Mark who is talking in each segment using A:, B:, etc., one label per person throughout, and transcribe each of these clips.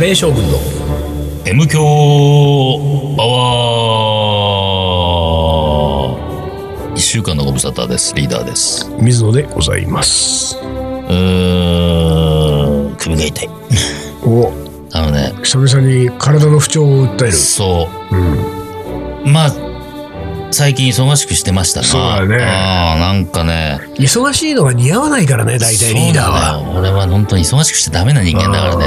A: ー将軍の
B: M 強アワー一週間のご無沙汰です。リーダーです。
A: 水野でございます
B: うーん、首が痛い。
A: お
B: あのね、
A: 久々に体の不調を訴える
B: そ
A: うん
B: う。まあ、最近忙しくしてましたな。
A: そうだね
B: ああ、なんかね。
A: 忙しいのが似合わないからね大体リーダーは
B: そうなんだよ俺は本当に忙しくしちゃダメな人間だから
A: ね
B: ね。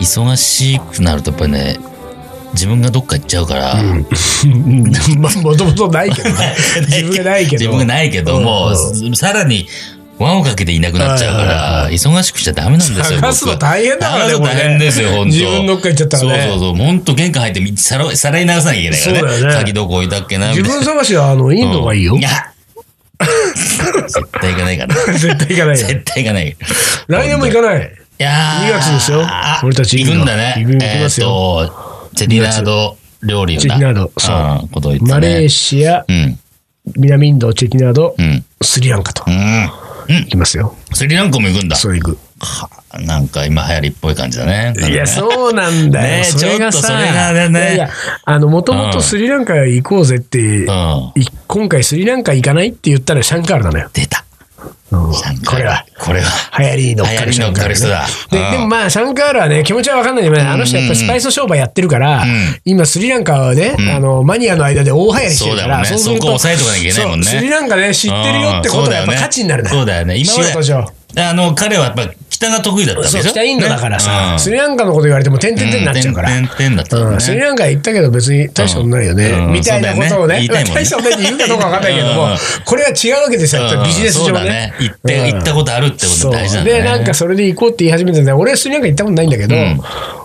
B: 忙しくなるとやっぱりね、自分がどっか行っちゃうから。
A: まあもともとないけど ね自分がないけど
B: 自分がないけども、
A: う
B: さらに輪をかけていなくなっちゃうか
A: はいはい
B: ら、忙しくしちゃダメなんですよ。
A: 探すの
B: 僕
A: 大変だからね
B: 探す
A: こ
B: の
A: れね
B: 大変ですよ、本当
A: 自分どっか行っちゃったらね
B: そうそうそう。本当玄関入ってみさら、さらい直さなきゃいけないからね。
A: そうだよね
B: 鍵どこ置いたっけな、み
A: 自
B: たいな。
A: 分探しはあのインドがいいよ
B: うんいや絶対行かないから。
A: 絶対行かないよ
B: 絶対行かない。い
A: 来年も行かない
B: やー
A: 2月ですよ俺たち
B: 行くんだね。
A: 行く行きます
B: えーと、チェディナード料理をな。
A: チェディナードそうん
B: ことを言ってね。
A: マレーシア
B: うん。
A: 南インドチェキナード
B: うん。
A: スリランカと
B: うん。うん
A: 行。きますよ
B: スリランカも行くんだ。
A: そう行く
B: はなんか今流行りっぽい感じだね。
A: いや、そうなんだよ。
B: ねえ
A: それがさ
B: ちょっとそれがね
A: いやいや、あの、もともとスリランカ行こうぜって、
B: うん。
A: い今回スリランカ行かないって言ったらシャンカールなのよ。
B: 出た。
A: うん
B: シャンカ
A: これは。。
B: これは。
A: 流行りに乗っかる
B: 流行りに乗っかる人だ
A: ね
B: うん
A: ででもまあ、シャンカールはね、気持ちはわかんないけどね、あの人やっぱりスパイス商売やってるから、
B: ん
A: 今スリランカはね、あの、マニアの間で大流行りしてるから、
B: そうだよね
A: する
B: そこ押さえとかなきゃいけないもんね
A: そうスリランカね、知ってるよってことがやっぱ価値になる
B: そうだよね。そうだ
A: 仕
B: よ
A: 事上
B: ね今ま。で、あの、彼はやっぱ北が得意だったわけ
A: そ
B: で
A: う、
B: しょ
A: 北インドだからさ、
B: うん
A: スリランカのこと言われても点々点になっちゃうから。
B: 点々点だったよ
A: う
B: ね
A: ん、スリランカ行ったけど別に大したことないよね、
B: うん
A: みたいなことをね
B: そうだよね言いたいもんね
A: 大したことないって言うかどうかわかんないけども、
B: うん
A: これは違うわけですよ、やっぱりビジネス
B: うん
A: 上
B: そうだ
A: ね
B: ね。行って、行ったことあるってこと大事
A: そ
B: な
A: うん
B: だね。
A: でなんかそれで行こうって言い始めてんだ俺はスリランカ行ったことないんだけど、
B: うん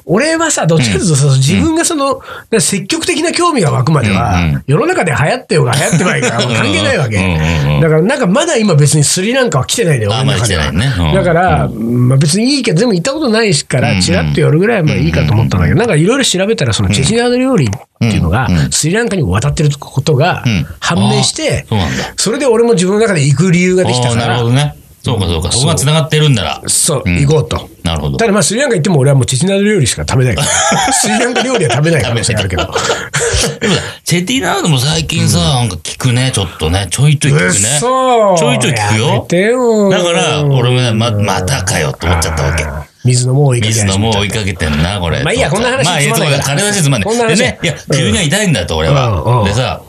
A: 俺はさどっちかというとさ、自分がその積極的な興味が湧くまでは、
B: うんう
A: 世の中で流行ってようが流行ってないか
B: うんうん
A: 関係ないわけ、
B: うんうんうん
A: だからなんかまだ今別にスリランカは来てないのよ
B: あ
A: 俺の中では、
B: まだ来てないねうん
A: だから、まあ、別にいいけどでも行ったことないしからちらっと寄るぐらいはまあいいかと思ったんだけど、なんかいろいろ調べたらそのチェチナード料理っていうのが、
B: うんうん
A: スリランカにも渡ってることが
B: うん
A: 判明して
B: あ、そうなんだ
A: それで俺も自分の中で行く理由ができた
B: お
A: か
B: ーなる
A: ら
B: ほどね。そうかそうか。そこが繋がってるんなら。
A: そう、
B: ん
A: 行こうと。
B: なるほど。
A: ただまあ、スリランカ行っても俺はもうチェチナード料理しか食べない から。スリランカ料理は食べない可能性あるけど。
B: でもさ、チェティナードも最近さ、なんか聞くね、ちょっとね、ちょいちょい聞くね。
A: そう。
B: ちょいちょい聞くよ
A: やめてよ
B: だから、俺もね、ま、またかよって思っちゃったわけ。
A: 水のもう追いかけ
B: 水
A: て
B: 野もう追いかけてんな、これ。
A: まあいいやこんな話
B: まあ、いや、
A: つ
B: そ
A: ま
B: うん
A: ない
B: だ、
A: から
B: 金の話つまんな。
A: こんない
B: で
A: 話
B: ね、いや、首が痛いんだと、俺
A: うんうん
B: は。でさ、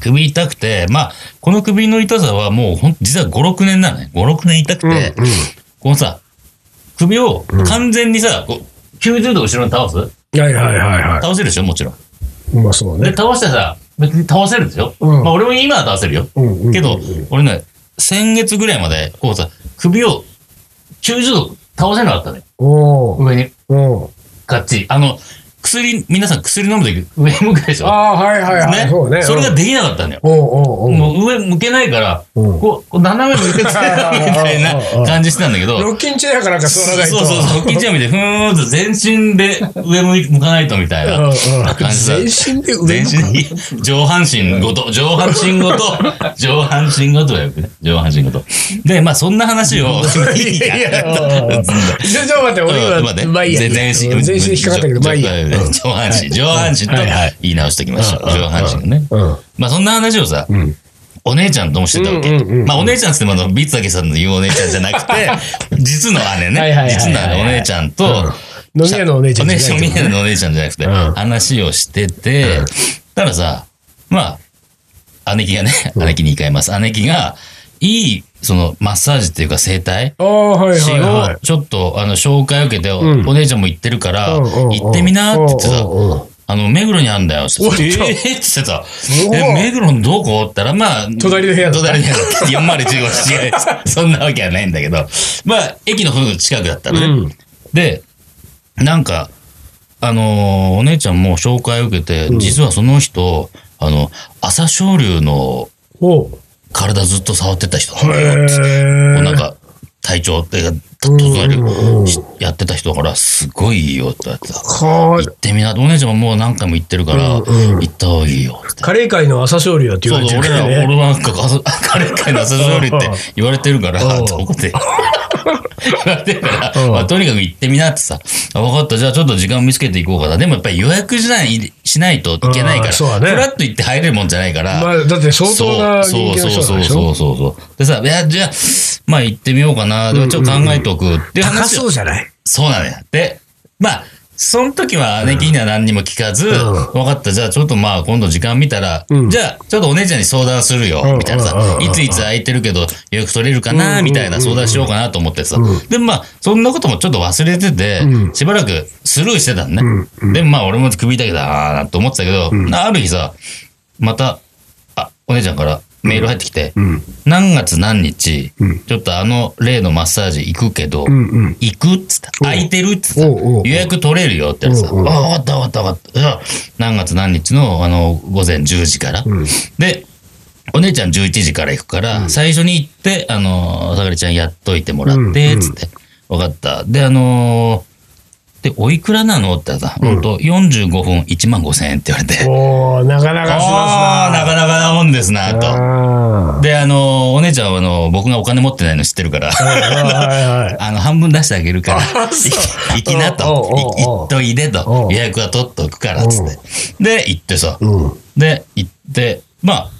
B: 首痛くて、まあ、この首の痛さはもう、ほん実は5、6年なのね。5、6年痛くて、
A: うんうん
B: このさ、首を完全にさ、こう90度後ろに倒す
A: はいはいはいは
B: 倒せるでしょ、もちろん。
A: い。まあそう
B: で、
A: ね。
B: 倒してさ、別に倒せるでしょ、
A: うん
B: まあ俺も今は倒せるよ。
A: うんうん
B: けど、俺ね、先月ぐらいまで、こうさ、首を90度倒せなかったね。
A: おー
B: 上に、
A: おー
B: ガッチリ。あの、薬、皆さん薬飲むとき上向くでしょ
A: ああ、はいはいはい。
B: ね
A: そうね。
B: れ
A: う
B: が
A: ん
B: できなかったんだよ。
A: おうおうおう。
B: もう上向けないから、
A: うん
B: こう、こう斜め向いてくれみたいな感じしてたんだけど、
A: ロッキンチェアかなんか座らないと。
B: そうそうそう、キッチン見て、ふーんと全身で上向かないとみたい
A: うんう
B: なん感じだった。
A: 全身で上
B: 全
A: 向く
B: 身に、上半身ごと、上半身 ごと、上半身ごとだよね。上半身ごと。で、まあそんな話を、い
A: いや、ちょっと待って、俺
B: う
A: 今、
B: ん待って
A: まあいいや。
B: 全全身、
A: 全身引っかかったけど、まあいいや。
B: 上上半身、上半身と
A: はいはい
B: 言い直しておきましょう。
A: うんうん
B: 上半身ね。
A: うん。
B: まあそんな話をさ、
A: ん
B: お姉ちゃんともしてたわけ。
A: うんうんうんうん
B: まあお姉ちゃんっつってもあの、ビーツだけさんの言うお姉ちゃんじゃなく て、実の姉ね。
A: はいはいはいはい
B: 実の姉お姉ちゃんと、
A: 飲み屋のお姉ちゃんじ
B: お
A: ゃな
B: 姉
A: い
B: ちゃん、お姉ちゃんのお姉ちゃんじゃなくて、
A: うん
B: 話をしてて、たださ、まあ、姉貴がね、姉貴に言い換えます。姉貴が、いい、その、マッサージっていうか整体
A: ああ、はい
B: し
A: はいはい
B: を、。ちょっと、あの、紹介を受けて、お
A: うん
B: お姉ちゃんも行ってるから、
A: うんうんうん
B: 行ってみなって言ってさ
A: うん、うんうん
B: あの、目黒にあるんだ よ。
A: おっと
B: ええー、って言ってた。
A: ごい
B: え、目黒のどこって言ったら、まあ、
A: 隣の部屋だった
B: 隣の部屋だった。405室違う。そんなわけはないんだけど、まあ、駅のほど近くだったのね。
A: うん
B: で、なんか、あのーお姉ちゃんも紹介を受けて、実はその人、あの、朝青龍の
A: お
B: 体ずっと触ってた人。
A: へ
B: もう
A: え。
B: なんか、体調っていうか、整える
A: うんうんうん
B: しやってた人だから、すごいいいよって言われてた。
A: か
B: 行ってみな。お姉ちゃんももう何回も行ってるから、
A: うんうん
B: 行った方がいいよって。
A: カレー界の朝青龍だって言
B: そ
A: われ
B: う
A: て
B: そう、
A: る
B: 俺、
A: かららね。
B: 俺はなんか、カレー界の朝青龍って言われてるから、
A: うん
B: どこで言われてから、
A: うん
B: まあ、とにかく行ってみなってさ、あ分かった、じゃあちょっと時間を見つけていこうかな。でもやっぱり予約しないしないといけな
A: う
B: いか
A: ん
B: ら、
A: そうだね
B: フラッと行って入れるもんじゃないから、
A: まあ、だって相当な
B: そ
A: 人
B: う
A: 気
B: そ
A: の人なん
B: うそう
A: でしょ
B: そうそうそう。でさ、いや、じゃあ、まあ行ってみようかな。でもちょっと考えておくっていう
A: 高
B: 話を
A: そうじゃない
B: そうなんだよ。で、まあ、その時は姉貴には何にも聞かず、
A: ん
B: 分かった、じゃあちょっとまあ今度時間見たら、
A: うん
B: じゃあちょっとお姉ちゃんに相談するよ、
A: うん
B: みたいな
A: うんうん
B: さ
A: う、ん
B: いついつ空いてるけど予約取れるかな、
A: うん
B: みたいな相談しようかなと思ってさ、でまあそんなこともちょっと忘れてて、
A: うん
B: しばらくスルーしてたのね。
A: うん
B: でまあ俺も首痛いだなと思ってたけど、ある日さ、また、あ、お姉ちゃんからメール入ってきて、
A: うん。
B: 何月何日、
A: うん
B: ちょっとあの例のマッサージ行くけど、
A: うんうん。
B: 行くっつった。空いてるっつった。
A: おうおうおう
B: 予約取れるよって言われてさ、
A: おうおう
B: あ、わかったわかったわかった。じゃあ、何月何日の、あの、午前10時から。
A: うん
B: で、お姉ちゃん11時から行くから、最初に行って、あの、さかりちゃんやっといてもらって、
A: うん
B: つって。わ、かった。で、あのーで、おいくらなのって言ったらさ、ほんと、45分1万5千円って言われて。
A: おー、なかなかします
B: ああ、なかなかなもんですな、と。
A: な。あ
B: で、あのお姉ちゃんは、あの僕がお金持ってないの知って るから。
A: ーはいはいはい
B: あの、半分出してあげるから、行きなと、
A: おうおう
B: い
A: おう
B: 行っといで
A: お
B: と、
A: う
B: 予約は取っとくから、つって。で、行ってさ、
A: うん。
B: で、行って、まあ、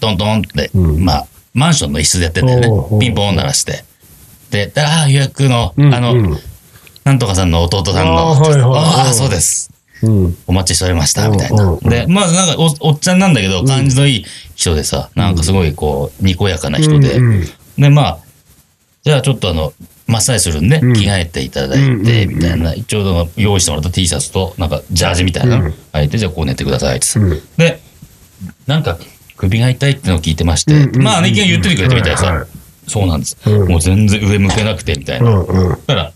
B: トントンって、
A: うん
B: まあ、マンションの一室でやってんだ
A: おう
B: よ
A: おう
B: ね。ピンポン鳴らして。で、ああ、予約の、
A: うん
B: あ
A: うん
B: の、なんとかさんの弟さんの、
A: あーはいはい
B: あ
A: う
B: あ、
A: ん
B: そうです。
A: うん。
B: お待ちしておりました、みたいな
A: おうお。う
B: で、まあ、なんかお、おっちゃんなんだけど、感じのいい人でさ、なんかすごい、こう、にこやかな人で、
A: うん
B: で、まあ、じゃあちょっとあの、マッサージするんで、
A: ん
B: 着替えていただ
A: うんう
B: い
A: んう
B: て、
A: ん
B: みたいな、ちょうど用意してもらった T シャツと、なんかジャージみたいなの履いて、じゃあこう寝てくださいってさ、
A: うん
B: で、なんか、首が痛いってのを聞いてまして、
A: うんうん
B: まあ、姉貴が言っててくれたみたいなさ、
A: はいはい
B: そうなんです、
A: うん
B: もう全然上向けなくて、みたいな。
A: うんうん。
B: だから、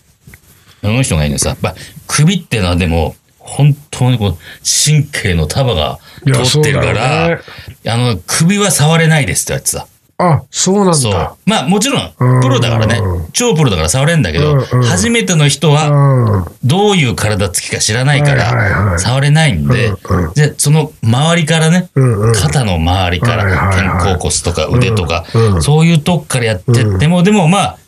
B: その人がいるのさ、まあ、首ってのはでも、本当にこう、神経の束が通ってるか
A: いやそうだ
B: ら、
A: よね
B: あの、首は触れないですって言われてさ、
A: あ、そうなん
B: そう
A: だ。。
B: まあもちろん、
A: うん
B: プロだからね、超プロだから触れんだけど、
A: うんうん
B: 初めての人
A: う
B: は、
A: ん。
B: どういう体つきか知らないか
A: はいはいは
B: ら、
A: い
B: 触れないんで
A: うんうん、
B: で、その周りからね、
A: うんうん。
B: 肩の周りか
A: はいはい
B: ら、
A: はい
B: 肩甲骨とか腕とか
A: うんう、ん
B: そういうとこからやってっても、でもまあ、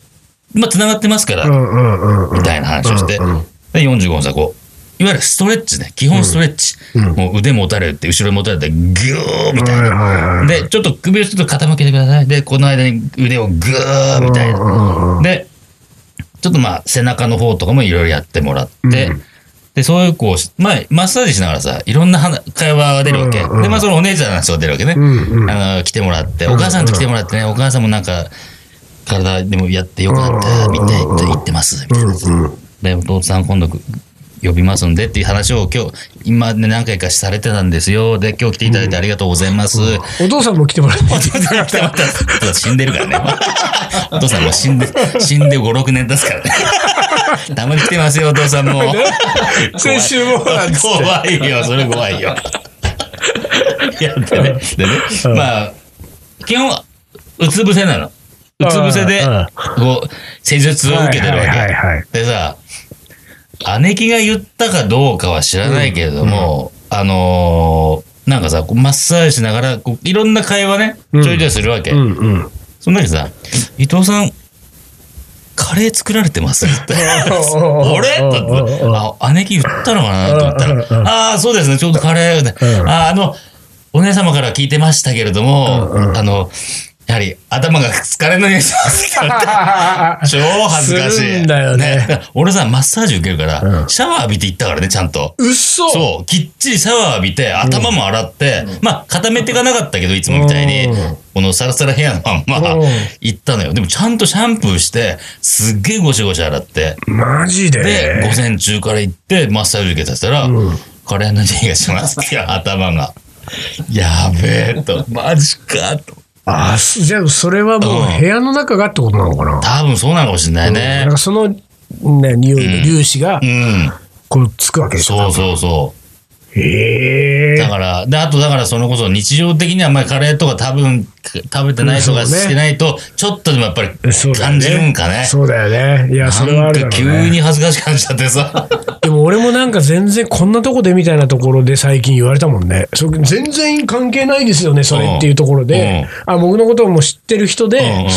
B: まあ繋がってますか
A: う
B: ら、
A: んうんうんうん。
B: みたいな話をして
A: うんうん、
B: で、45分さ、こう、いわゆるストレッチね、基本ストレッチ。もう腕持たれて、後ろ持たれて、ギューみたい
A: は
B: な。
A: いはいはい。
B: で、ちょっと首をちょっと傾けてください。で、この間に腕をグーみたい
A: うんうんうんう
B: な。
A: ん
B: で、ちょっとまあ背中の方とかもいろいろやってもらって、
A: うん
B: で、そういうこう、まあマッサージしながらさ、いろんな話会話が出るわけ。
A: うんうん
B: で、まあそのお姉ちゃんの話が出るわけね。
A: うんうん。
B: あの来てもらって、お母さんと来てもらってね、お母さんもなんか、体でもやってよかった、みたいな、言ってます、みたいな。
A: うんうん。
B: で、お父さん今度呼びますんでっていう話を今日、今ね何回かされてたんですよ。で、今日来ていただいてありがとうございます。
A: お父さんも来ても らって。
B: お父さん来てもらったらお父さん死んでるからね。お父さんもう死んで、死んで5、6年経つからね。たまに来てますよ、お父さんも。
A: 先週もなんつって
B: 怖いよ、それ怖いよ。いや、でね、でね、まあ、基本、うつ伏せなの。うつ伏せで
A: うんうん、
B: こう、施術を受けてるわ
A: はいはい
B: け。
A: はいはい。
B: でさ、姉貴が言ったかどうかは知らないけれども、あのーなんかさ、こうマッサージしながら、こういろんな会話ね、ち
A: う
B: ょ
A: ん
B: いちょいするわけ。
A: うんうん。
B: その時さ、伊藤さん、カレー作られてますって。
A: あ
B: 俺と思ってあ、姉貴言ったのかなと思った
A: うんうんう
B: ら、ああー、そうですね、ちょうどカレーで、
A: うん
B: あーあの、お姉様から聞いてましたけれども、
A: うんうん
B: あの、やはり頭が疲れの匂いしますって 言われて超恥ずかしい。
A: するんだよね
B: 俺さ、マッサージ受けるから、
A: うん
B: シャワー浴びて行ったからね、ちゃんと。
A: うっそ
B: そう、きっちりシャワー浴びて、頭も洗って、まあ、固めていかなかったけど、いつもみたいに
A: うん、
B: このサラサラ部屋のまんま
A: うん
B: 行ったのよ。でも、ちゃんとシャンプーして、すっげえゴシゴシ洗って、
A: マジ
B: で、
A: で
B: 午前中から行って、マッサージ受けさせたら、
A: うん
B: カレーの匂いがしますって、頭が。やべえと、マジかと。
A: あ、すじゃあそれはも
B: うん
A: う部屋の中がってことなのかな
B: 多分そうなのかもしれないね
A: なんか。その、ね、匂いの粒子が
B: う、ん。
A: こう、つくわけでしょ。
B: そうそうそう。
A: へ
B: だ
A: え。
B: から、で、あとだからそれこそ日常的にはあんまりカレーとか多分食べてないとか
A: うんそうね
B: してないと、ちょっとでもやっぱり
A: そうだよね
B: 感じるんかね。
A: そうだよね。いや、それは
B: な
A: あ
B: ん
A: るだ
B: か
A: ろうね
B: 急に恥ずかしくなっちゃっ てさ。
A: でも俺もなんか全然こんなとこでみたいなところで最近言われたもんね。それ全然関係ないですよね、それっていうところで。あ、僕のことをもう知ってる人で、
B: うんうんうん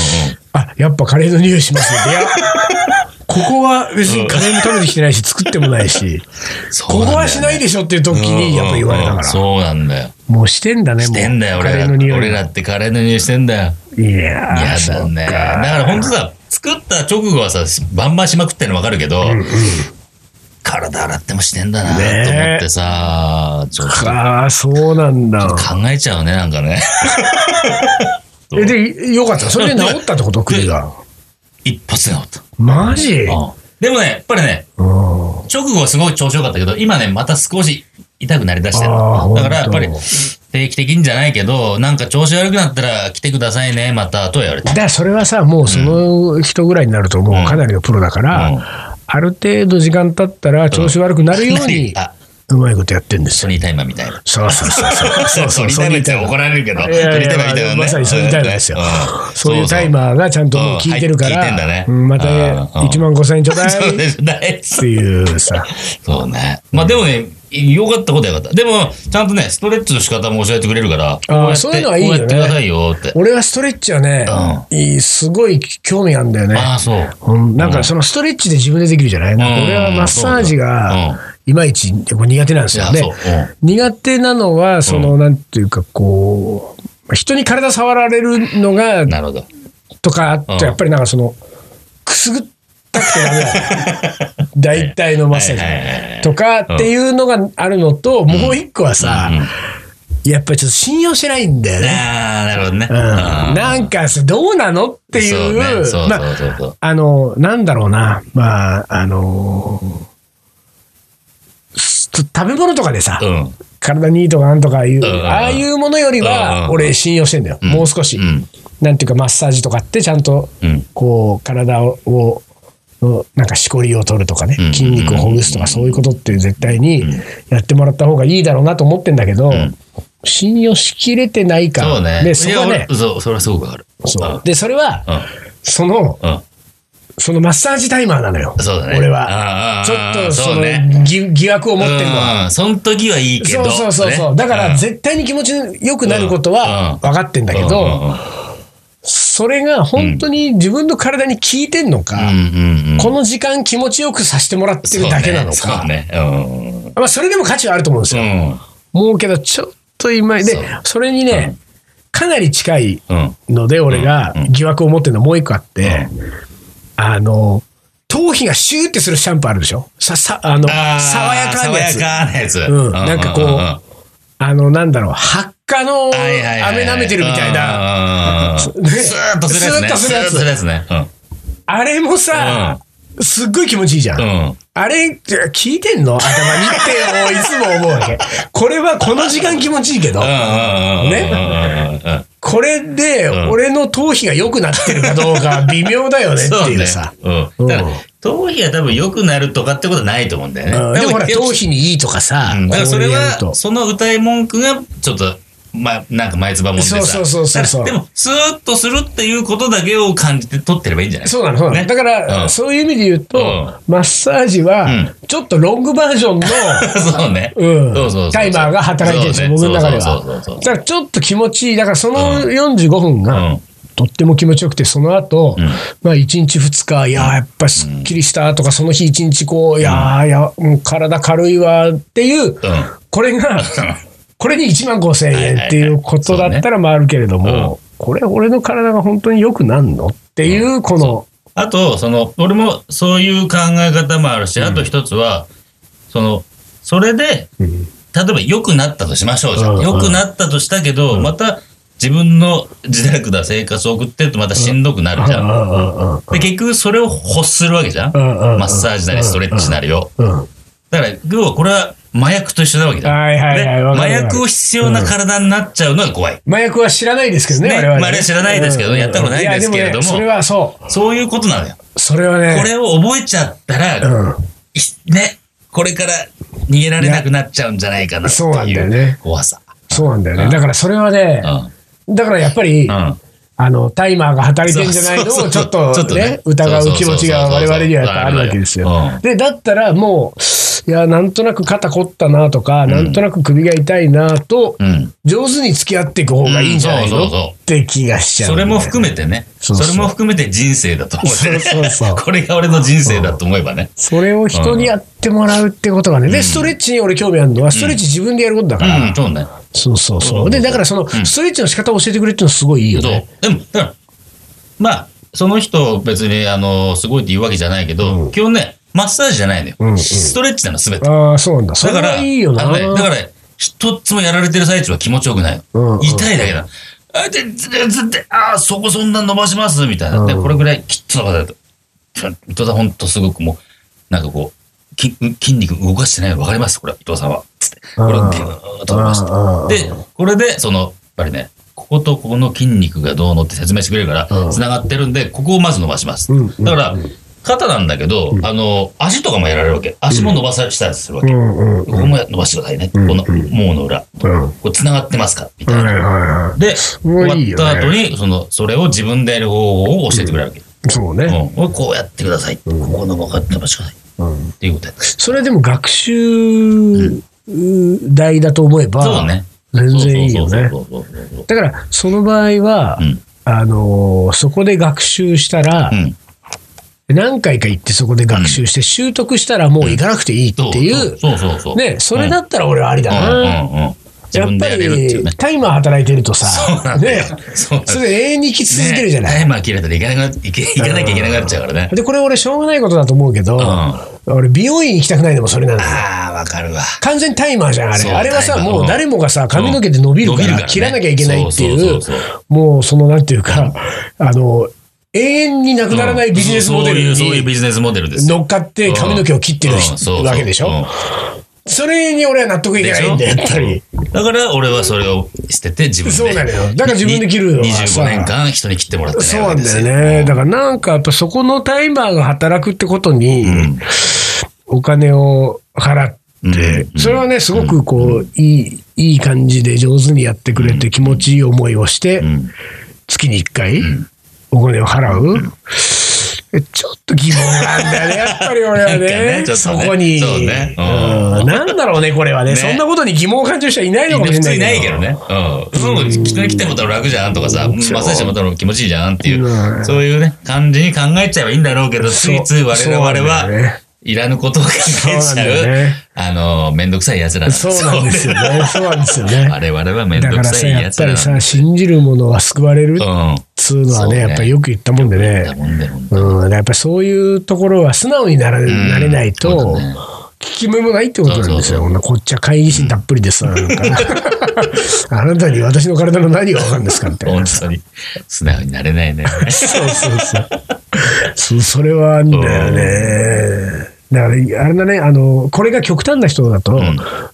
A: あ、やっぱカレーの匂いしますね。いや、 ここは別にカレーも食べてきてないし、作ってもないし、ここはしないでしょっていう時にやっぱ言われた
B: うんうんうん
A: から。
B: そうなんだよ。
A: もうしてんだね、もう。
B: してんだよ、
A: カ
B: 俺
A: レ
B: ら。
A: ーの匂い
B: 俺。らってカレーの匂いしてんだよ。
A: いやー
B: 嫌
A: そ
B: だ
A: う
B: ね。だ
A: か
B: から本当さ、作った直後はさ、バンバンしまくってるの分かるけど、体洗ってもしてんだなと思ってさ、ちょっと
A: ああ、そうなんだ。
B: 考えちゃうね、なんかね。
A: え、で、よかった。それで治ったって こと栗が。
B: 一発で治った。
A: マジ
B: うんでもね、やっぱりね、
A: うん。
B: 直後はすごい調子良かったけど、今ね、また少し痛くなりだしてる
A: あー
B: の。だからやっぱり
A: 本当、
B: 定期的にじゃないけど、なんか調子悪くなったら来てくださいね、また、とは言われて
A: だ。からそれはさ、もうその人ぐらいになると、もうかなりのプロだから、
B: うん
A: ある程度時間経ったら調子悪くなるように、
B: あ、
A: うまいことやってんです
B: ソ
A: よ。
B: ニータイマーみたいな。
A: そうそうそう そう。そうそう
B: 鳥
A: そう
B: 食べ
A: いう
B: て
A: タイマー
B: 怒られるけど、
A: いやいや
B: 鳥食べて
A: まさにそういうタイマーですよそういうタイマーがちゃんともう効いてるから、
B: うんはい効いてんだね
A: うんまた
B: うんうん
A: 1万5千円ちょうだい
B: そう
A: っ
B: ですね。
A: ていうさ、
B: そうね。まあでもね、良かったことはよかった。でも、ちゃんとね、ストレッチの仕方も教えてくれるから、こやって
A: そういうのはいいよね
B: こうやってくださいよって。
A: 俺はストレッチはね、いいすごい興味あるんだよね。
B: ああ、そう。
A: うんなんかそのストレッチで自分でできるじゃない、なんか俺はマッサージ
B: うん
A: がいまいち苦手なんですよ
B: い
A: ね
B: やそううん。
A: 苦手なのは、その、なんていうかこう、人に体触られるのが
B: なるほど。
A: とかあ
B: うん
A: と、やっぱりなんかその、くすぐったくてダメ だ。大体のマッサ
B: はいはいはい
A: ー
B: は
A: ジ
B: い
A: とかっていうのがあるのと、もう一個はさ
B: うんうん、
A: やっぱりちょっと信用してないんだよね。
B: ああ、なるほどね。
A: うんなんかさ、どうなのってい
B: そう
A: う、
B: ね。そう
A: まあ
B: そうそうそう。
A: あの、なんだろうな、まあ、あのす食べ物とかでさ、
B: うん。
A: 体にいいとかなんとかいう、
B: んうんうん
A: ああいうものより
B: うんうんう
A: は、
B: ん
A: 俺信用してんだよ、
B: ん
A: もう少し、
B: うん
A: なんていうかマッサージとかってちゃんと、
B: うん
A: こう、体を、のなんかしこりを取るとかね
B: うんうんうん、
A: 筋肉をほぐすとか、そういうことって絶対にやってもらった方がいいだろうなと思ってんだけど、
B: ん
A: 信用しきれてないから、
B: そうね。
A: で、そこはい
B: や
A: ね
B: 俺、そう、それはすごくある。
A: そうで、それは、
B: う
A: その、
B: ん。うん。
A: そのマッサージタイマーなのよ。
B: そうだね。
A: 俺
B: あ
A: は
B: あ。
A: ちょっと
B: そ
A: そうの
B: ね
A: 疑疑惑を持ってるのは。
B: うん。その時はいいけ
A: そ
B: ど。
A: うそうそうそう。
B: ね
A: だから
B: うん
A: 絶対に気持ち良くなること
B: う
A: は
B: ん
A: 分かってんだけ
B: うんうん
A: ど、
B: うん
A: それが本当に自分の体に効いてんの
B: う
A: か、
B: んうんうん
A: この時間気持ちよくさせてもらってるだけなの
B: そう
A: か、
B: ね。そうね
A: まあそれでも価値はあると思うんです
B: う
A: よ。
B: ん。
A: もうけどちょっと今で
B: そう、
A: それにね、かなり近い
B: うん。うん。
A: ので、俺が疑惑を持ってるのもう一個あって、あの、頭皮がシューってするシャンプーあるでしょさ、さ、あの、
B: あー
A: 爽やかなやつ。
B: 爽やかなやつ。
A: うんなんかこう
B: う
A: あの、なんだろう、発火の
B: はいはいはい
A: 飴舐めてるみたいな。
B: なス
A: ね
B: ーッとするやつ
A: スー
B: ね。
A: ッとするや
B: スーッとするやつね。
A: あれもさ、すっごい気持ちいいじゃん。
B: うん。うん。
A: あれ、聞いてんの頭にって、いつも思うわけ。これはこの時間気持ちいいけど
B: う、んうんうんう
A: ね
B: ん。ね。うんうんうん。
A: これで俺の頭皮が良くなってるかどうか微妙だよねって
B: そう
A: いう
B: ね
A: さ。。
B: うん。だか
A: うん
B: ら、頭皮は多分良くなるとかってことはないと思うんだ
A: う
B: よ
A: ん
B: ね。
A: でもほら、頭
B: 皮
A: 皮にいいとかさ、
B: だからそれ
A: こうやる
B: は、
A: と
B: その歌い文句が、ちょっと、まあ、なんか前唾もんでさ。
A: そうそうそうそう
B: だからでも、スーッとするっていうことだけを感じて取ってればいいんじゃない
A: そうなの、そうなの。
B: ね
A: だから、
B: うん
A: そういう意味で言うと、
B: う
A: マッサージ
B: う
A: は
B: ん、
A: ちょっとロングバージョ ンの、
B: そうね。
A: うん
B: そうそうそう
A: タイマーが働いてるんですよ、
B: そ
A: 僕
B: う
A: の中
B: ね
A: で
B: そうそう
A: は。
B: そう
A: だからちょっと気持ちいい。だからその45分が、
B: うん
A: とっても気持ちよくて、その後、まあ1日2日、いやー、やっぱすっきりしたとか、その日1日こう、いやー、いや、もう体軽いわっていう、これ が、これに1万5千円っていうことだったらまああるけれど
B: そう
A: も、これ俺の体が本当に良くなんのっていう、この、
B: あと、その、俺もそういう考え方もあるし、あと一つは、その、それで、
A: うん
B: 例えば良くなったとしましょうじゃ
A: うん
B: ん。
A: うん
B: 良くなったとしたけど、また自分の自堕落な生活を送ってるとまたしんどくなるじゃん。
A: うん
B: で、結局それを欲するわけじゃん。
A: うんうんうん
B: マッサージなりストレッチなりを。
A: うんうん。
B: だから、要はこれは麻薬と一緒なわけじゃん。
A: はいはいはい
B: で
A: わか
B: 麻
A: るわかる
B: 薬を必要な体になっちゃうのが怖い。
A: 麻薬は知らないですけどね、
B: ね
A: 我々ね。
B: まああれは知らないですけどね
A: うん
B: やったことないですけれども
A: いやでねそれはそ
B: そういうことなのよ。
A: う。それは
B: こ
A: ね、
B: れを覚えちゃったら、
A: うん。
B: いね、これから逃げられなくなっちゃうんじゃないかなって
A: そうなんだ
B: い
A: よね
B: う怖さ。
A: そうなんだよね。だからそれはね、だからやっぱり、
B: うんうん
A: あの、タイマーが働いてんじゃないの
B: そ
A: を
B: う
A: ち
B: そ
A: ょ
B: う
A: っ
B: そ
A: と
B: うちょっと
A: ね
B: ね、
A: 疑う気持ちが我々にはやっぱあるわけですよ
B: う。ん
A: で、だったらもう、いや、なんとなく肩凝ったなとか、なんとなく首が痛いなと、
B: うん。
A: 上手に付き合っていく方がいいんじゃないの、
B: うんそうそうそう
A: って気がしちゃう
B: そ
A: んだ
B: れ
A: よね、
B: も含めてね。
A: そ
B: そう
A: そう
B: れも含めて人生だと思って、ね。
A: そうそうそう
B: これが俺の人生だと思えばね。
A: それを人にやってもらうってことがね。で、ストレッチに俺興味あるのは、ストレッチ自分でやることだから。
B: うん、そうね。
A: そうそうそ
B: そうそうそう
A: う。で、だからその、ストレッチの仕方を教えてくれっていうのすごいいいよね。
B: そう。でも、だから、まあ、その人別に、あの、すごいって言うわけじゃないけど、基本ね、マッサージじゃないのよ。
A: んうん
B: ストレッチなの、すべて。
A: ああ、そうなんだ。そ
B: だ
A: れ
B: から、
A: はいいよな。
B: あのね、だから、一つもやられてる最中は気持ちよくないの。
A: うんうん
B: 痛いだけだ。あ、で、ずずって、あー、そこそんな伸ばします、みたいな。で、
A: うん
B: これぐらい、きっと伸ばされると。伊藤さん、ほんとすごくもう、なんかこう、き筋肉動かしてないの分かりますこれ、伊藤さんは。つって。これをギューッと伸ばして。で、これで、その、やっぱりね、こことここの筋肉がどうのって説明してくれるから、
A: うん
B: 繋がってるんで、ここをまず伸ばします。
A: うんうん
B: だから、肩なんだけど、あの、足とかもやられるわけ。足も伸ばさしたりするわけ。
A: うんうんうん。
B: ここも伸ばしてくださいね。この、ももの裏。
A: うん
B: これ繋がってますかみたい
A: はい
B: な。
A: はいは
B: で、終
A: ご
B: わ
A: いいい
B: っ
A: よね
B: た後に、その、それを自分でやる方法を教えてくれるわけ。
A: い。そうね。
B: うん。これこうやってください。ここの分かって伸ばしてください。
A: うん
B: っていうことやった。
A: それでも学習代だと思え
B: そう
A: ば
B: だ、ね。
A: 全然いいよね
B: そうそうそうそうそう
A: だからその場合は
B: うん、
A: あのー、そこで学習したら
B: う、ん。
A: 何回か行ってそこで学習して習得したらもう行かなくていいっていう、
B: そうそうそう。
A: ね、それだったら俺はありだな。
B: うんうんうん、自
A: やっ
B: 分
A: ぱ
B: でやれるっていうね
A: り。タイマー働いてると
B: そうな
A: さ、
B: んだよ
A: ね、
B: そうなんだよ
A: それで永遠に生き続けるじゃない。
B: ねタイマー切れたらいかなくな、いけいかなきゃいけなくなっちゃうからね。
A: で、これ俺しょうがないことだと思うけど、
B: う
A: 俺美容院行きたくないのもそれなのよ。
B: ああ、わかるわ。
A: 完全にタイマーじゃん、あ
B: そ
A: れ。
B: う
A: あれはさ、
B: タイマー
A: もう誰もがさ、髪の毛で伸びるか、
B: 伸びるかららね
A: 切らなきゃいけないってい
B: そう
A: う
B: そうそうそ、
A: もうそのなんていうか、あの、永遠になくならないビジネスモデル
B: うんそういう、そういうビ
A: に
B: ジネスモデルですよ。
A: 乗っかって髪の毛を切ってる人わけでしょ。それに俺は納得いけないんだよ、やっぱり。
B: うんだから俺はそれを捨てて自分で。
A: そうなのよだから自分で切るのは
B: に25
A: さ
B: 年間人に切ってもらって
A: そう
B: な
A: な
B: いわ
A: ん
B: けで
A: だ
B: す
A: よね。だからなんかやっぱそこのタイマーが働くってことに、
B: ん
A: お金を払って、
B: うん
A: それはね、すごくこう、いい、いい感じで上手にやってくれて気持ちいい思いをして、
B: ん
A: 月に1回お金を払う、えちょっと疑問なんだよ ね、やっぱり俺は
B: なん
A: ね。
B: かねちょっ
A: そ
B: とね
A: こに。
B: そうね
A: う
B: うんん
A: なんだろうね、これはね
B: ね
A: そんなことに疑問を感じる人はいないのかもしれ
B: 普
A: な
B: 通
A: い
B: いないけどね。うん。そういうの人に来てもらったら楽じゃんとかさ、うんマッサージしてもらったら気持ちいいじゃんっていうう、
A: ん
B: そういうね、感じに考えちゃえばいいんだろうけど、ついつい我
A: そうそう
B: 々
A: なんだよ
B: は
A: ね、
B: いらぬことを考え
A: そうなん
B: ちゃ
A: だよ
B: う、
A: ね
B: あの、めんどくさい奴らなん
A: そうなんですよね。そうなんですよね。
B: 我々はめん
A: だ
B: ど
A: か
B: く
A: ら
B: さ
A: さ、
B: い
A: やっ
B: 奴
A: ぱ
B: ら
A: り
B: な
A: さ、
B: ん
A: 信じるものは救われる
B: だ
A: っ
B: うん。
A: つうのは
B: そう
A: ね、
B: ね
A: やっぱりよく言ったもんでね。
B: だもんだもんだ
A: うん、だからやっぱりそういうところは素直にならなれない
B: そう
A: と
B: だね、
A: 聞き目もないってことなんですよ。ほんなこっちは会議心たっぷりでさ、なんか あなたに私の体の何が分かるんですかみたい
B: 本
A: な。
B: 当に。素直になれないね。
A: そうそうそう。そうそれはあんだよね。だから、あれだね、あの、これが極端な人だと、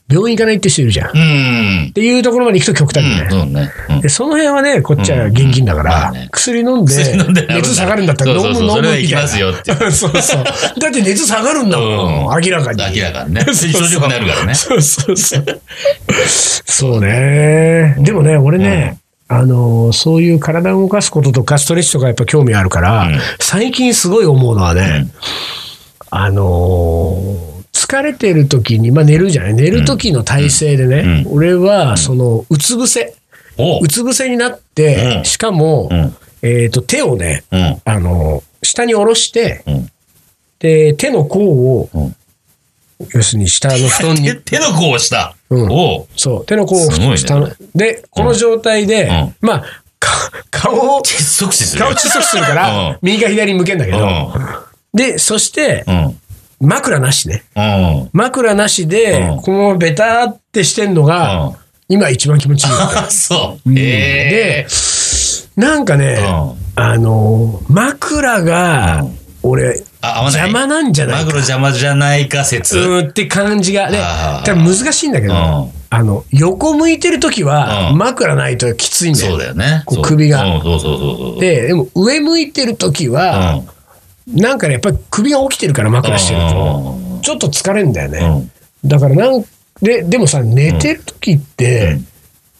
A: 病院行かないって人いるじゃん。っ
B: うん。
A: ていうところまで行くと極端だ
B: う
A: ね
B: ん、。そうね。うん
A: で、その辺はね、こっちは現金だか
B: うんま
A: ら、
B: あね
A: 薬飲んで、
B: 薬飲んで
A: 熱下がるんだったら飲む
B: そう
A: 飲
B: そう
A: む
B: そうそれは
A: みたいな
B: 行きますよってい
A: そうそう。だって熱下がるんだもん、
B: うん
A: 明らかに。
B: 明らかにね
A: そうそう
B: 症状良くなるから ね
A: そうそうそう。そうね。でもね、俺ね、あの、そういう体を動かすこととか、ストレッチとかやっぱ興味あるから、
B: うん
A: 最近すごい思うのはね、
B: うん
A: あの疲れてる時に、まあ寝るじゃない寝る時の体勢でね、
B: う
A: 俺は、その、うつ伏せ。
B: お
A: うつ伏せになって、
B: うん
A: しかも、
B: うん
A: えっ、と、手をね、
B: うん。
A: あの、下に下ろして、
B: うん
A: で、手の甲を、
B: うん
A: 要するに下の布団に
B: 手、手の甲をした。
A: うん
B: おう。
A: そう、手の甲を
B: すごいね
A: 下の、で、この状態で、
B: うん
A: まあ、か 顔を、
B: 窒息死する。
A: 顔小さくするか
B: うん
A: ら、右か左に向けんだけ
B: う
A: ど、
B: ん。
A: で、そして
B: う、ん。
A: 枕なしね。
B: うん。
A: 枕なしで
B: うん、
A: このままベターってしてんの
B: う
A: が
B: ん、
A: 今一番気 持ちいい。
B: あ、そう。
A: で
B: ええ。、
A: なんかね、あのー、枕が
B: う、
A: 俺、
B: あ、合わない。
A: 邪魔なんじゃな
B: マ
A: い
B: グ
A: か
B: ロ邪魔じゃないか説。うん。
A: うーんって感じがね
B: あ、ー
A: 多分難しいんだけど、
B: うん
A: あの、横向いてるときは
B: う、ん
A: 枕ないときついんだ
B: そ
A: よ
B: う。だよね。
A: こう
B: そう
A: 首が
B: うん、そうそうそうそう。
A: で、でも上向いてるとき
B: う
A: は、
B: ん、
A: なんかね、やっぱり首が起きてるから枕してると、ちょっと疲れんだよ
B: うん。う
A: ね。
B: ん。
A: だからなん、で、でもさ、寝てるときって、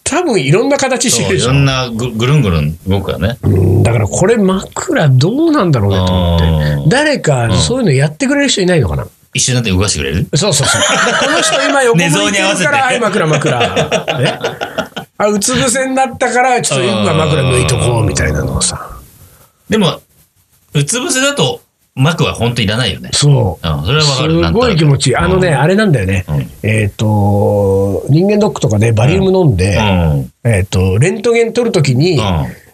A: 多分いろんな形してる
B: そう
A: で
B: い
A: し
B: ろ
A: ょ。
B: んなぐぐるんぐるん動くからね。
A: うんだからこれ枕どうなんだろうねと思って
B: う。ん
A: 誰かそういうのやってくれる人いないのかな
C: 一緒になって動かしてくれる
A: そうそうそう。この人今横向いてるから、は
C: 寝相
A: い、枕 枕。ねあ、うつ伏せになったから、ちょっと今枕抜いとこうみたいなのをさ。
C: でも、うつ伏せだと、膜は本当いらないよね。。
A: そう
C: うん、それはわかる。
A: すごい気持ちいい。あのね、あれなんだよね。えっと、人間ドックとかでバリウム飲んで、えっと、レントゲン撮るときに、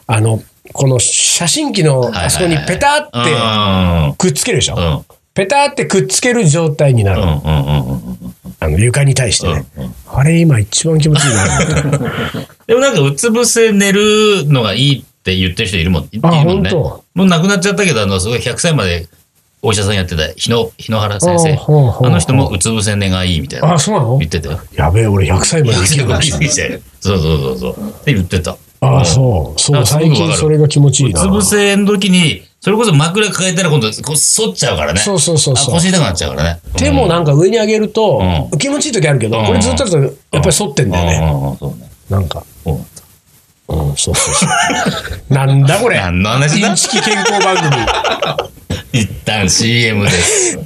A: あの、この写真機のあそこにペタってくっつけるでしょ。ペタってくっつける状態になる。あの床に対してね。あれ今一番気持ちいい な。
C: でもなんかうつ伏せ寝るのがいいって言ってる人いるもん。いるもんね。もう亡くなっちゃったけど、あの、すごい100歳までお医者さんやってた、日野、日野原先生。あの人もうつ伏せ寝がいいみたいな。
A: あ、そうなの
C: 言ってたよ。
A: やべえ、俺100歳まで生きてるかもしれない。
C: そうそうそうそう。って言ってた。
A: ああ、そう。そう、最近それが気持ちいいな。
C: うつ伏せの時に、それこそ枕抱えたら今度、こう、反っちゃうからね。。
A: そうそうそうそう
C: 腰痛くなっちゃうからね。
A: 手もなんか上に上げると、気持ちいい時あるけど、これずっとだと、やっぱり反ってんだよね。そうね。なんか。うん、そうそうそう。 なんだこれ。
C: 何の話
A: だ認識健康番組。
C: 一旦 CM です。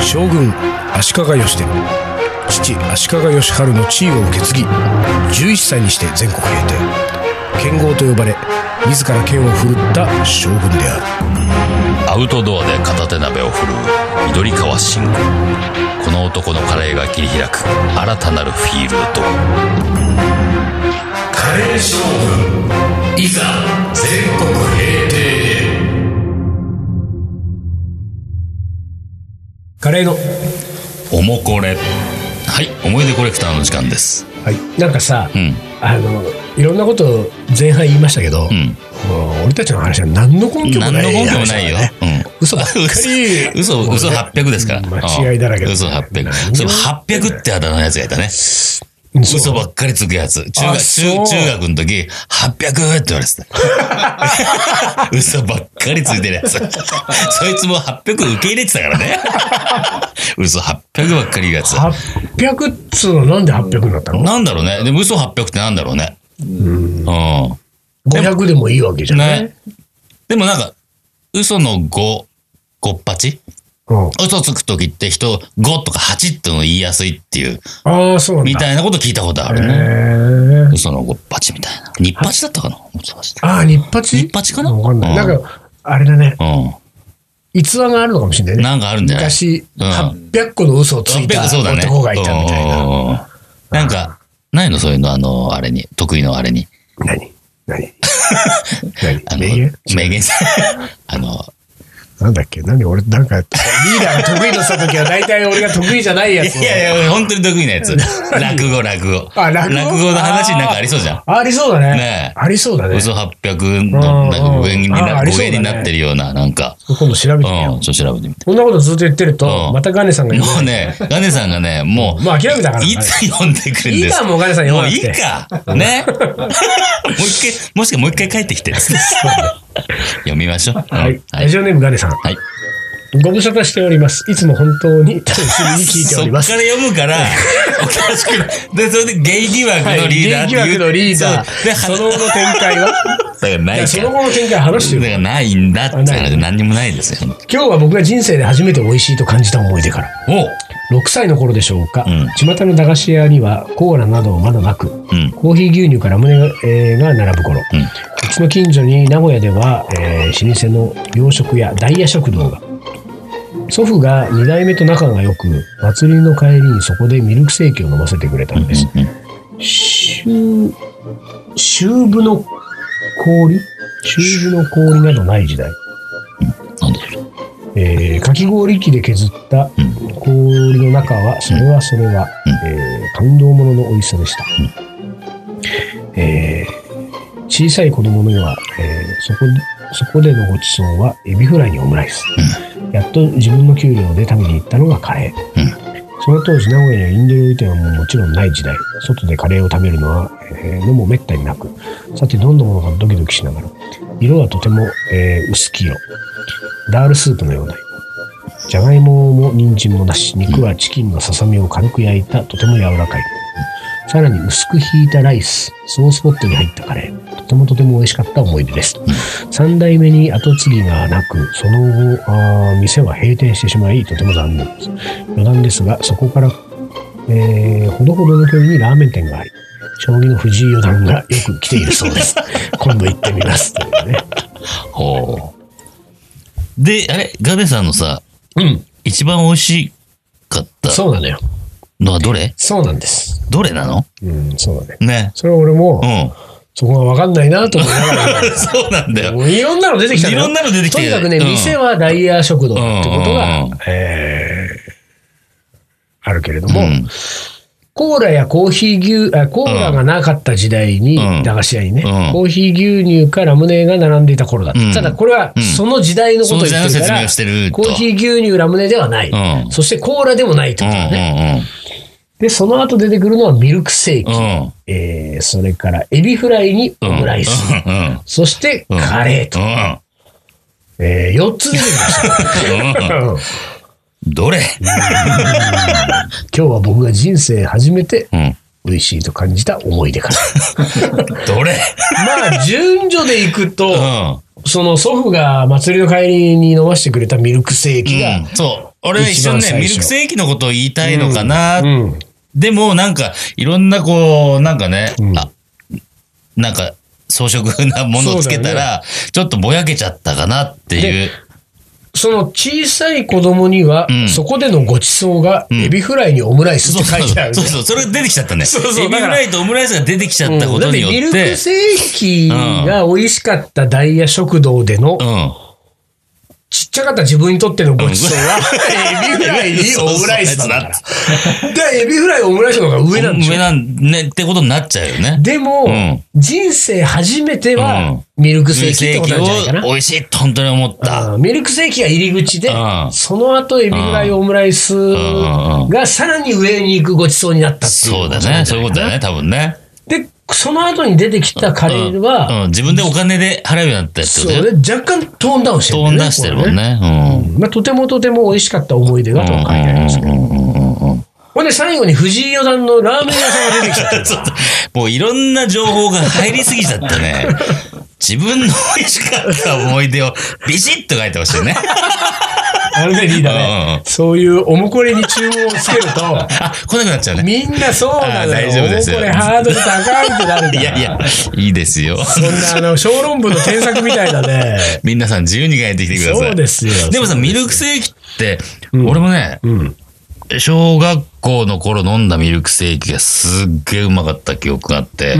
D: 将軍足利義輝。父足利義晴の地位を受け継ぎ11歳にして全国平定剣豪と呼ばれ自ら剣を振るった将軍であ
B: るアウトドアで片手鍋を振るう緑川信吾この男のカレーが切り開く新たなるフィールド
E: カレー将軍いざ全国平定
A: へカレーの
B: おもこれはい、思い出コレクターの時間です。
A: はい、なんかさ、うん、あの、いろんなこと前半言いましたけど、うん、俺たちの話は何の根拠もない、
B: ね。何の根拠もないよ。うん、
A: 嘘ばっかり。
B: 嘘、嘘800ですから。
A: 間違いだらけだ、ね。
B: 嘘800。それ800ってあだ名のやつがいたね。嘘ばっかりつくやつ。中学、中中学の時、800って言われてた。 嘘ばっかりついてるやつ。 そいつも800受け入れてたからね。 嘘800ばっかり言うやつ。
A: 800っつうのなんで800になったの
B: なんだろうね。でも嘘800ってなんだろうね。うん。
A: 500でもいいわけじゃない、ね、
B: でもなんか、嘘の5、58? うん、嘘つくときって人5とか8っての言いやすいっていう。
A: ああ、そう
B: みたいなこと聞いたことあるね。嘘の5八みたいな。日八だったかな
A: ああ、日八
B: 日八かな
A: わかんない。なんか、あれだね。うん。逸話があるのかもしれないね。
B: なんかあるんだよ。
A: 昔、800個の嘘をついた男がいたみたいな。
B: なんか、ないのそういうの、あの、あれに、得意のあれに。
A: 何 何
B: 何名言 名言あの、
A: なんだっけ何俺、なんか、リーダーが得意とした時は大体俺が得意じゃないやつ。
B: いやいや、本当に得意なやつ。落語、落語。
A: あ、落語。
B: 落語の話なんかありそうじゃん。
A: ありそうだね。ねありそうだね。
B: 嘘800の、なんか上にな、語源になってるような、なんか。
A: 今度調べてみよ
B: う。ちょっと調べてみて。
A: こんなことずっと言ってると、またガネさんが
B: もうね、ガネさんがね、もう。
A: もう諦めたから。い
B: つ読んでくるんです
A: かいいかもうガネさん読ま
B: なくて。もういいか。ね。 もう一回、もしかもう一回帰ってきて。読みましょう。
A: はい。ラジオネームガネさん。
B: はい。
A: ご無沙汰しております。いつも本当に楽しみに聞いております。、
B: そっから読むから、おかしくで、それでゲイ疑惑のリーダー、
A: ゲ
B: はい
A: イ疑惑のリーダー。で、その後の展開 は
B: だからない
A: その後の展開話してる。
B: だからないんだって話何にもないですよ。
A: 今日は僕が人生で初めて美味しいと感じた思い出から。お6歳の頃でしょうか、うん、巷の駄菓子屋にはコーラなどまだなく、うん、コーヒー牛乳から胸が,、えー、が並ぶ頃、うん、うちの近所に名古屋では、えー、老舗の洋食屋ダイヤ食堂が祖父が2代目と仲が良く祭りの帰りにそこでミルクセーキを飲ませてくれたんです。しゅ秋分の氷秋分の氷などない時代。
B: なんでしょう
A: えー、かき氷機で削った氷の中は、それはそれは、えー、感動ものの美味しさでした。えー、小さい子供には、えそこそこでのごちそうは、エビフライにオムライス。やっと自分の給料で食べに行ったのがカレー。うん、その当時、名古屋にはインド料理店はもうもちろんない時代、外でカレーを食べるのは、えー、のもめったになく、さてどんなものかドキドキしながら、色はとても、えー、薄黄色。ダールスープのような色。じゃがいもも人参もなし、肉はチキンのささみを軽く焼いたとても柔らかい。さらに薄くひいたライス、ソースポットに入ったカレー。とてもとても美味しかった思い出です。3代目に後継ぎがなく、その後、あー店は閉店してしまい、とても残念です。余談ですが、そこから、えー、ほどほどの距離にラーメン店があり、将棋の藤井四段がよく来ているそう です。今度行ってみます。というね
B: ほう。で、あれ、ガベさんのさ、
A: うん。
B: 一番美味しかった
A: そうなのよ。
B: のはどれ
A: そうなんです。
B: どれなの
A: うん、そうだね。
B: ね。
A: それは俺も、
B: うん。
A: そこが分かんないなと思いながら。
B: そうなんだよ。
A: もういろんなの出てきたのよ
B: いろんなの出てきた
A: とに
B: よ
A: かくね、
B: うん
A: 店はダイヤー食堂ってことが、
B: うんうんうん
A: えーあるけれど
B: う
A: も、
B: ん。
A: コーラやコーヒー牛、あコーラがなかった時代に、
B: うん
A: 駄菓子屋にね、
B: うん
A: コーヒー牛乳かラムネが並んでいた頃だった。
B: うん
A: ただこれは
B: うん
A: その時代のことを言って
B: その
A: る
B: 時
A: か
B: 代
A: ら、
B: の説明をしてると
A: コーヒー牛乳ラムネではない、
B: うん
A: そしてコーラでもないって
B: う
A: ことだね。
B: ん
A: で、その後出てくるのはミルクセーキ、
B: うんうん。
A: えーそれからエビフライにオ
B: うん。
A: ムライス、
B: うんうん。
A: そしてカレーと、
B: うん
A: え4つ出てきました。うん
B: どれ
A: 今日は僕が人生初めて
B: うん。
A: 美味しいと感じた思い 出から
B: どれ
A: まあ順序でいくと、
B: うん。
A: その祖父が祭りの帰りに飲ましてくれたミルクセーキが、
B: うんそう。俺は一瞬
A: 一番最
B: ね、
A: 初
B: ミルクセーキのことを言いたいのかな。
A: うん
B: でも、なんか、いろんなこう、なんかね、
A: うん
B: あ、なんか、装飾なものをつけたら、ちょっとぼやけちゃったかなっていう。
A: その小さい子供には、
B: うん
A: そこでのごちそうがエビフライにオムライスって書いてあるんだ
B: そう
A: よ
B: そう、それ出てきちゃったね。
A: そうそう
B: エビ
A: だ
B: フ
A: から
B: ライとオムライスが出てきちゃ
A: う
B: っ
A: ん
B: たことによっ
A: だってミル
B: て
A: ク、セーキが美味しかったダイヤ食堂での、
B: うん。
A: ちっちゃかった自分にとってのごちそうは、エビフライにオムライスだから。で、エビフライオムライスの方が上なんでしょ
B: 上なんねってことになっちゃうよね。
A: でも、
B: うん
A: 人生初めては、ミルクセーキってことなんじゃないか
B: ミルクセーキを
A: な。
B: 美味しいと本当に思った。
A: うんミルクセーキが入り口で
B: う、ん
A: その後エビフライオムライス
B: ん
A: がさらに上に行くごちそうになったっていう。
B: そうだね。そういうことだね、多分ね。
A: で、その後に出てきたカレーは、
B: うん、自分でお金で払うようになったってこと
A: そう
B: ね。
A: ね若干トーンダウンして
B: ト
A: るん
B: ー
A: だよね、
B: ンダウンしてるもん
A: こ
B: ね。
A: れね。まあ、とてもとても美味しかった思い出がとは書いてありますけど。ほんで最後に藤井四段のラーメン屋さんが出てきちゃった。
B: もういろんな情報が入りすぎちゃっ たね。自分の美味しかった思い出をビシッと書いてほしいね。
A: あのね、リーダー
B: うんうんう
A: ね
B: ん。
A: そういうおもこれに注文をつける と、
B: あ、来なくなっちゃうね。
A: みんなそうなの
B: あ
A: よ。
B: 大丈夫ですよ
A: これハードル高いってなるんだ。
B: いやいや、いいです よ。
A: そんなあの、小論文の添削みたいだね。
B: 皆さん自由に書いてきてください。
A: そうですよ
B: でもさ、
A: そう
B: ミルクセーキって、俺もね、
A: うん。
B: 小学校の頃飲んだミルクセーキがすっげえうまかった記憶があって、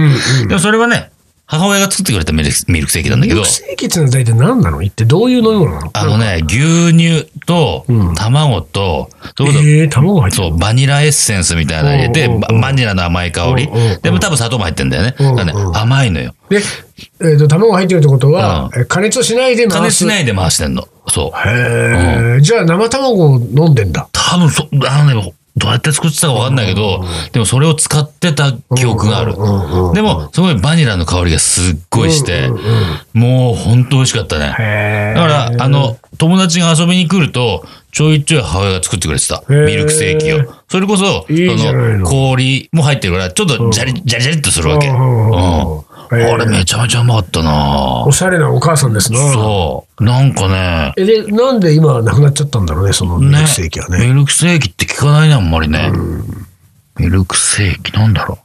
B: でもそれはね、母親が作ってくれたミルクミルクセーキなんだ
A: ミ
B: け
A: ル
B: ど
A: ク、セーキってのは大体何なの一体どういう飲み物なの
B: あのね、牛乳と卵と、そういうこと
A: えー、卵入って
B: そ
A: る
B: う、バニラエッセンスみたいなの入れて、
A: うんうんうん
B: ババニラの甘い香り
A: うんうんうん。
B: でも多分砂糖も入ってんだよね。
A: うんうん
B: だからね、甘いのよ。
A: で、えっと、卵入ってるってことは、
B: う
A: え加熱をしないで回す。
B: 加熱しないで回してんの。そう。
A: へえ、じゃあ生卵を飲んでんだ。
B: 多分そ、あのね、どうやって作ってたかわかんないけど、でもそれを使ってた記憶がある。でも、すごいバニラの香りがすっごいして、もうほんと美味しかったね。
A: へ
B: だから、あの、友達が遊びに来ると、ちょいちょい母親が作ってくれてた。
A: へー
B: ミルクセーキを。それこそ、
A: いいじゃ
B: あ
A: ないの
B: 氷も入ってるから、ちょっとジャリ、ジャリジャリっとするわけ。
A: う
B: うんん。
A: うんうん
B: あ
A: へー
B: れめちゃめちゃうまかったな
A: おしゃれなお母さんですな。
B: そう。なんかね、
A: え、で、なんで今なくなっちゃったんだろうね、そのミルクセーキはね。
B: ミルクセーキって聞かないね、あんまりね。ミルクセーキ、なんだろ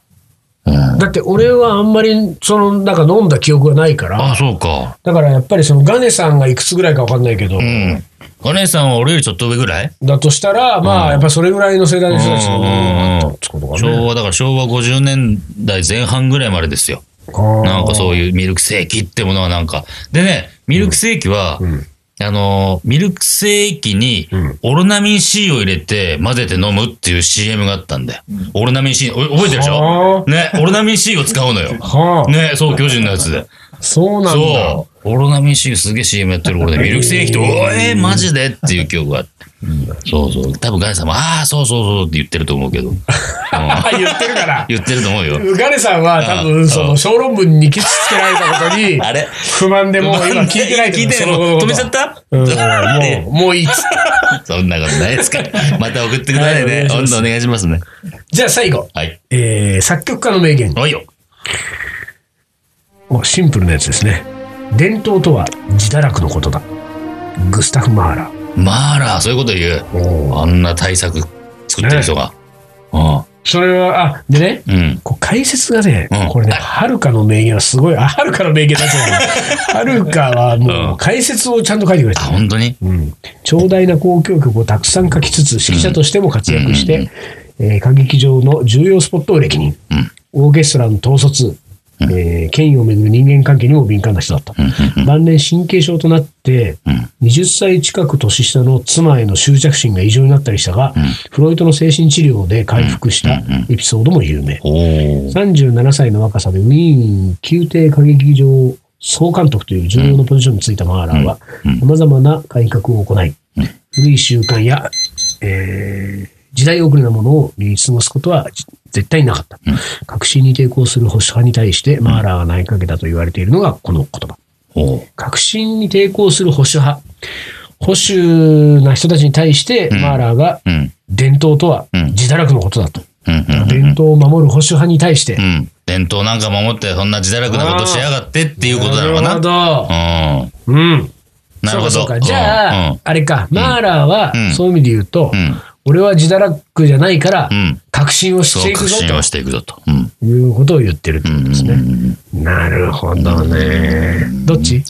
B: う。うん。
A: だって俺はあんまり、その、なんか飲んだ記憶がないから、
B: あ、そうか。
A: だからやっぱりそのガネさんがいくつぐらいかわかんないけど、
B: うん。お姉さんは俺よりちょっと上ぐらい
A: だとしたら、まあ、やっぱそれぐらいの世代の人たちのあったってことかね。
B: 昭和、だから昭和50年代前半ぐらいまでですよ。なんかそういうミルクセーキってものはなんか。でね、ミルクセーキは、あのー、ミルクセーキにオロナミン C を入れて混ぜて飲むっていう CM があったんだよ。オロナミン C、お覚えてるでし
A: は
B: ょね、オロナミン C を使うのよ。
A: はあ、
B: ね、そう、巨人のやつで。
A: そうなんだ。
B: そう。オロナミン C すげえ CM やってる頃で、ミルクセーキって、おえー、マジ でっていう記憶があって。そうそう。多分ガネさんも、ああ、そうそうそうって言ってると思うけど。
A: 言ってるから。
B: 言ってると思うよ。
A: うがねさんは多分、その小論文にケチつけられたことに
B: あれ、
A: 不満でもう今聞いてないと
B: 聞い
A: 思う
B: て
A: そ
B: ない
A: のこ
B: もう止
A: と
B: めちゃった
A: うんもう、もういいっつって。
B: そんなことないですから。また送ってくださ
A: はい
B: い
A: お願いし
B: ね。
A: ま
B: 今
A: す
B: 度お願いしますね。
A: じゃあ最後、
B: はい。
A: えー作曲家の名言。
B: おいよ。
A: おシンプルなやつですね。伝統とは自堕落のことだ。グスタフ・マーラ。
B: マーラー、そういうこと言う。あんな対策作ってる人が。
A: それは、あ、でね、
B: うん。うん。
A: こう解説がね、
B: うん
A: これね、はるかの名言はすごい、あ、はるかの名言だけ はるかはもう解説をちゃんと書いてくれ
B: あ、
A: た。
B: 本当に
A: うん、長大な交響曲をたくさん書きつつ指揮者としても活躍して、えー歌劇場の重要スポットを歴任、オーケストラの統率、えー権威をめぐる人間関係にも敏感な人だった、晩年神経症となって、20歳近く年下の妻への執着心が異常になったりしたが、フロイトの精神治療で回復したエピソードも有名、
B: おー。
A: 37歳の若さでウィーン宮廷歌劇場総監督という重要なポジションについたマーラーは、様々な改革を行い、古い習慣や、えー時代遅れなものを見過ごすことはじ絶対なかった。革新に抵抗する保守派に対して、マーラーが投げかけたと言われているのがこの言葉。
B: おー。
A: 革新に抵抗する保守派。保守な人たちに対して、マーラーが
B: うん。
A: 伝統とは自堕落のことだと。
B: うん。うん
A: 伝統を守る保守派に対して
B: う、ん。伝統なんか守って、そんな自堕落なことしやがってっていうことなのか
A: なる
B: な
A: ほ。ど。
B: うん。
A: うん。
B: なるほど。
A: そうかそうかじゃあ、
B: うん
A: あれか、マーラーは、
B: うん
A: そういう意味で言うと、
B: うん。
A: 俺は自堕落じゃないから、
B: うん。
A: 確信をし
B: そ
A: て
B: う、
A: いく
B: 確
A: ぞ
B: 信をしていくぞと。うん。
A: ということを言ってるってことですね。なるほどね。どっち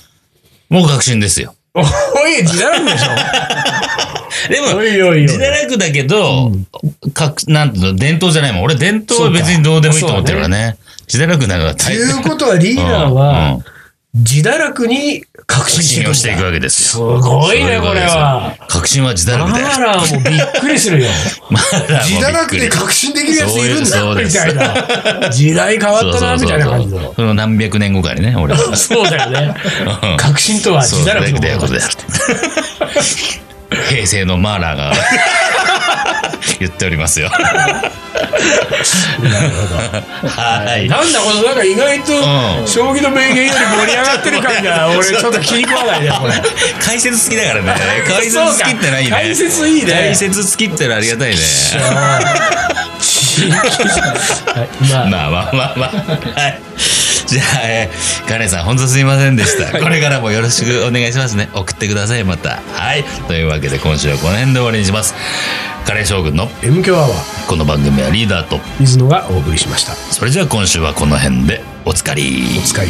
B: もう確信ですよ。
A: おい、自堕落でしょ
B: でも、
A: おいおいおい
B: 自堕落だけど、かなんていうの、伝統じゃないもん。俺、伝統は別にどうでもいいと思ってるからね。自堕落なのは
A: と
B: 大
A: いう
B: 変。
A: ことは、リーダー
B: う
A: は
B: ん、
A: 自堕落に確信
B: 確
A: していくんだ。
B: 信をしていくわけです
A: す
B: よ。
A: ごいね、
B: そうう
A: こ
B: と
A: れ
B: ですよ
A: は。。
B: 確信は自堕
A: マ
B: 落だよ。
A: ーラーもびっくりするよ。
B: マーラー
A: 自
B: も
A: 堕落
B: びっく
A: で
B: り
A: 確信できるやついるん
B: そ
A: だ、
B: うで
A: み
B: す
A: た
B: そう
A: い
B: で
A: な。時代変わったな、みたいな感じの。
B: その何百年後かにね、俺 は。
A: そうだよね。確信とは
B: そう
A: 自堕落の
B: だ
A: こ
B: ことと
A: だ
B: であ る。平成のマーラーが 言っておりますよ。はい。
A: なんだこのなんか意外
B: う
A: と
B: ん
A: 将棋の名言より盛り上がってる感が 俺ちょっと気に食わないねこれ。
B: 解説好きだから ね。解説好きってないね。
A: そうか解説いいね
B: 解説好きってのはあり がたいね。
A: まあ
B: まあまあまあまあ。はい。じゃあ、えー、カレンさん、本当すいませんでした。これからもよろしくお願いしますね。送ってください、また。はい。というわけで、今週はこの辺で終わりにします。カレン将軍の
A: M 強アワー
B: この番組はリーダーと、
A: 水野がお送りしました。
B: それじゃあ今週はこの辺でおつかり。
A: お疲れ。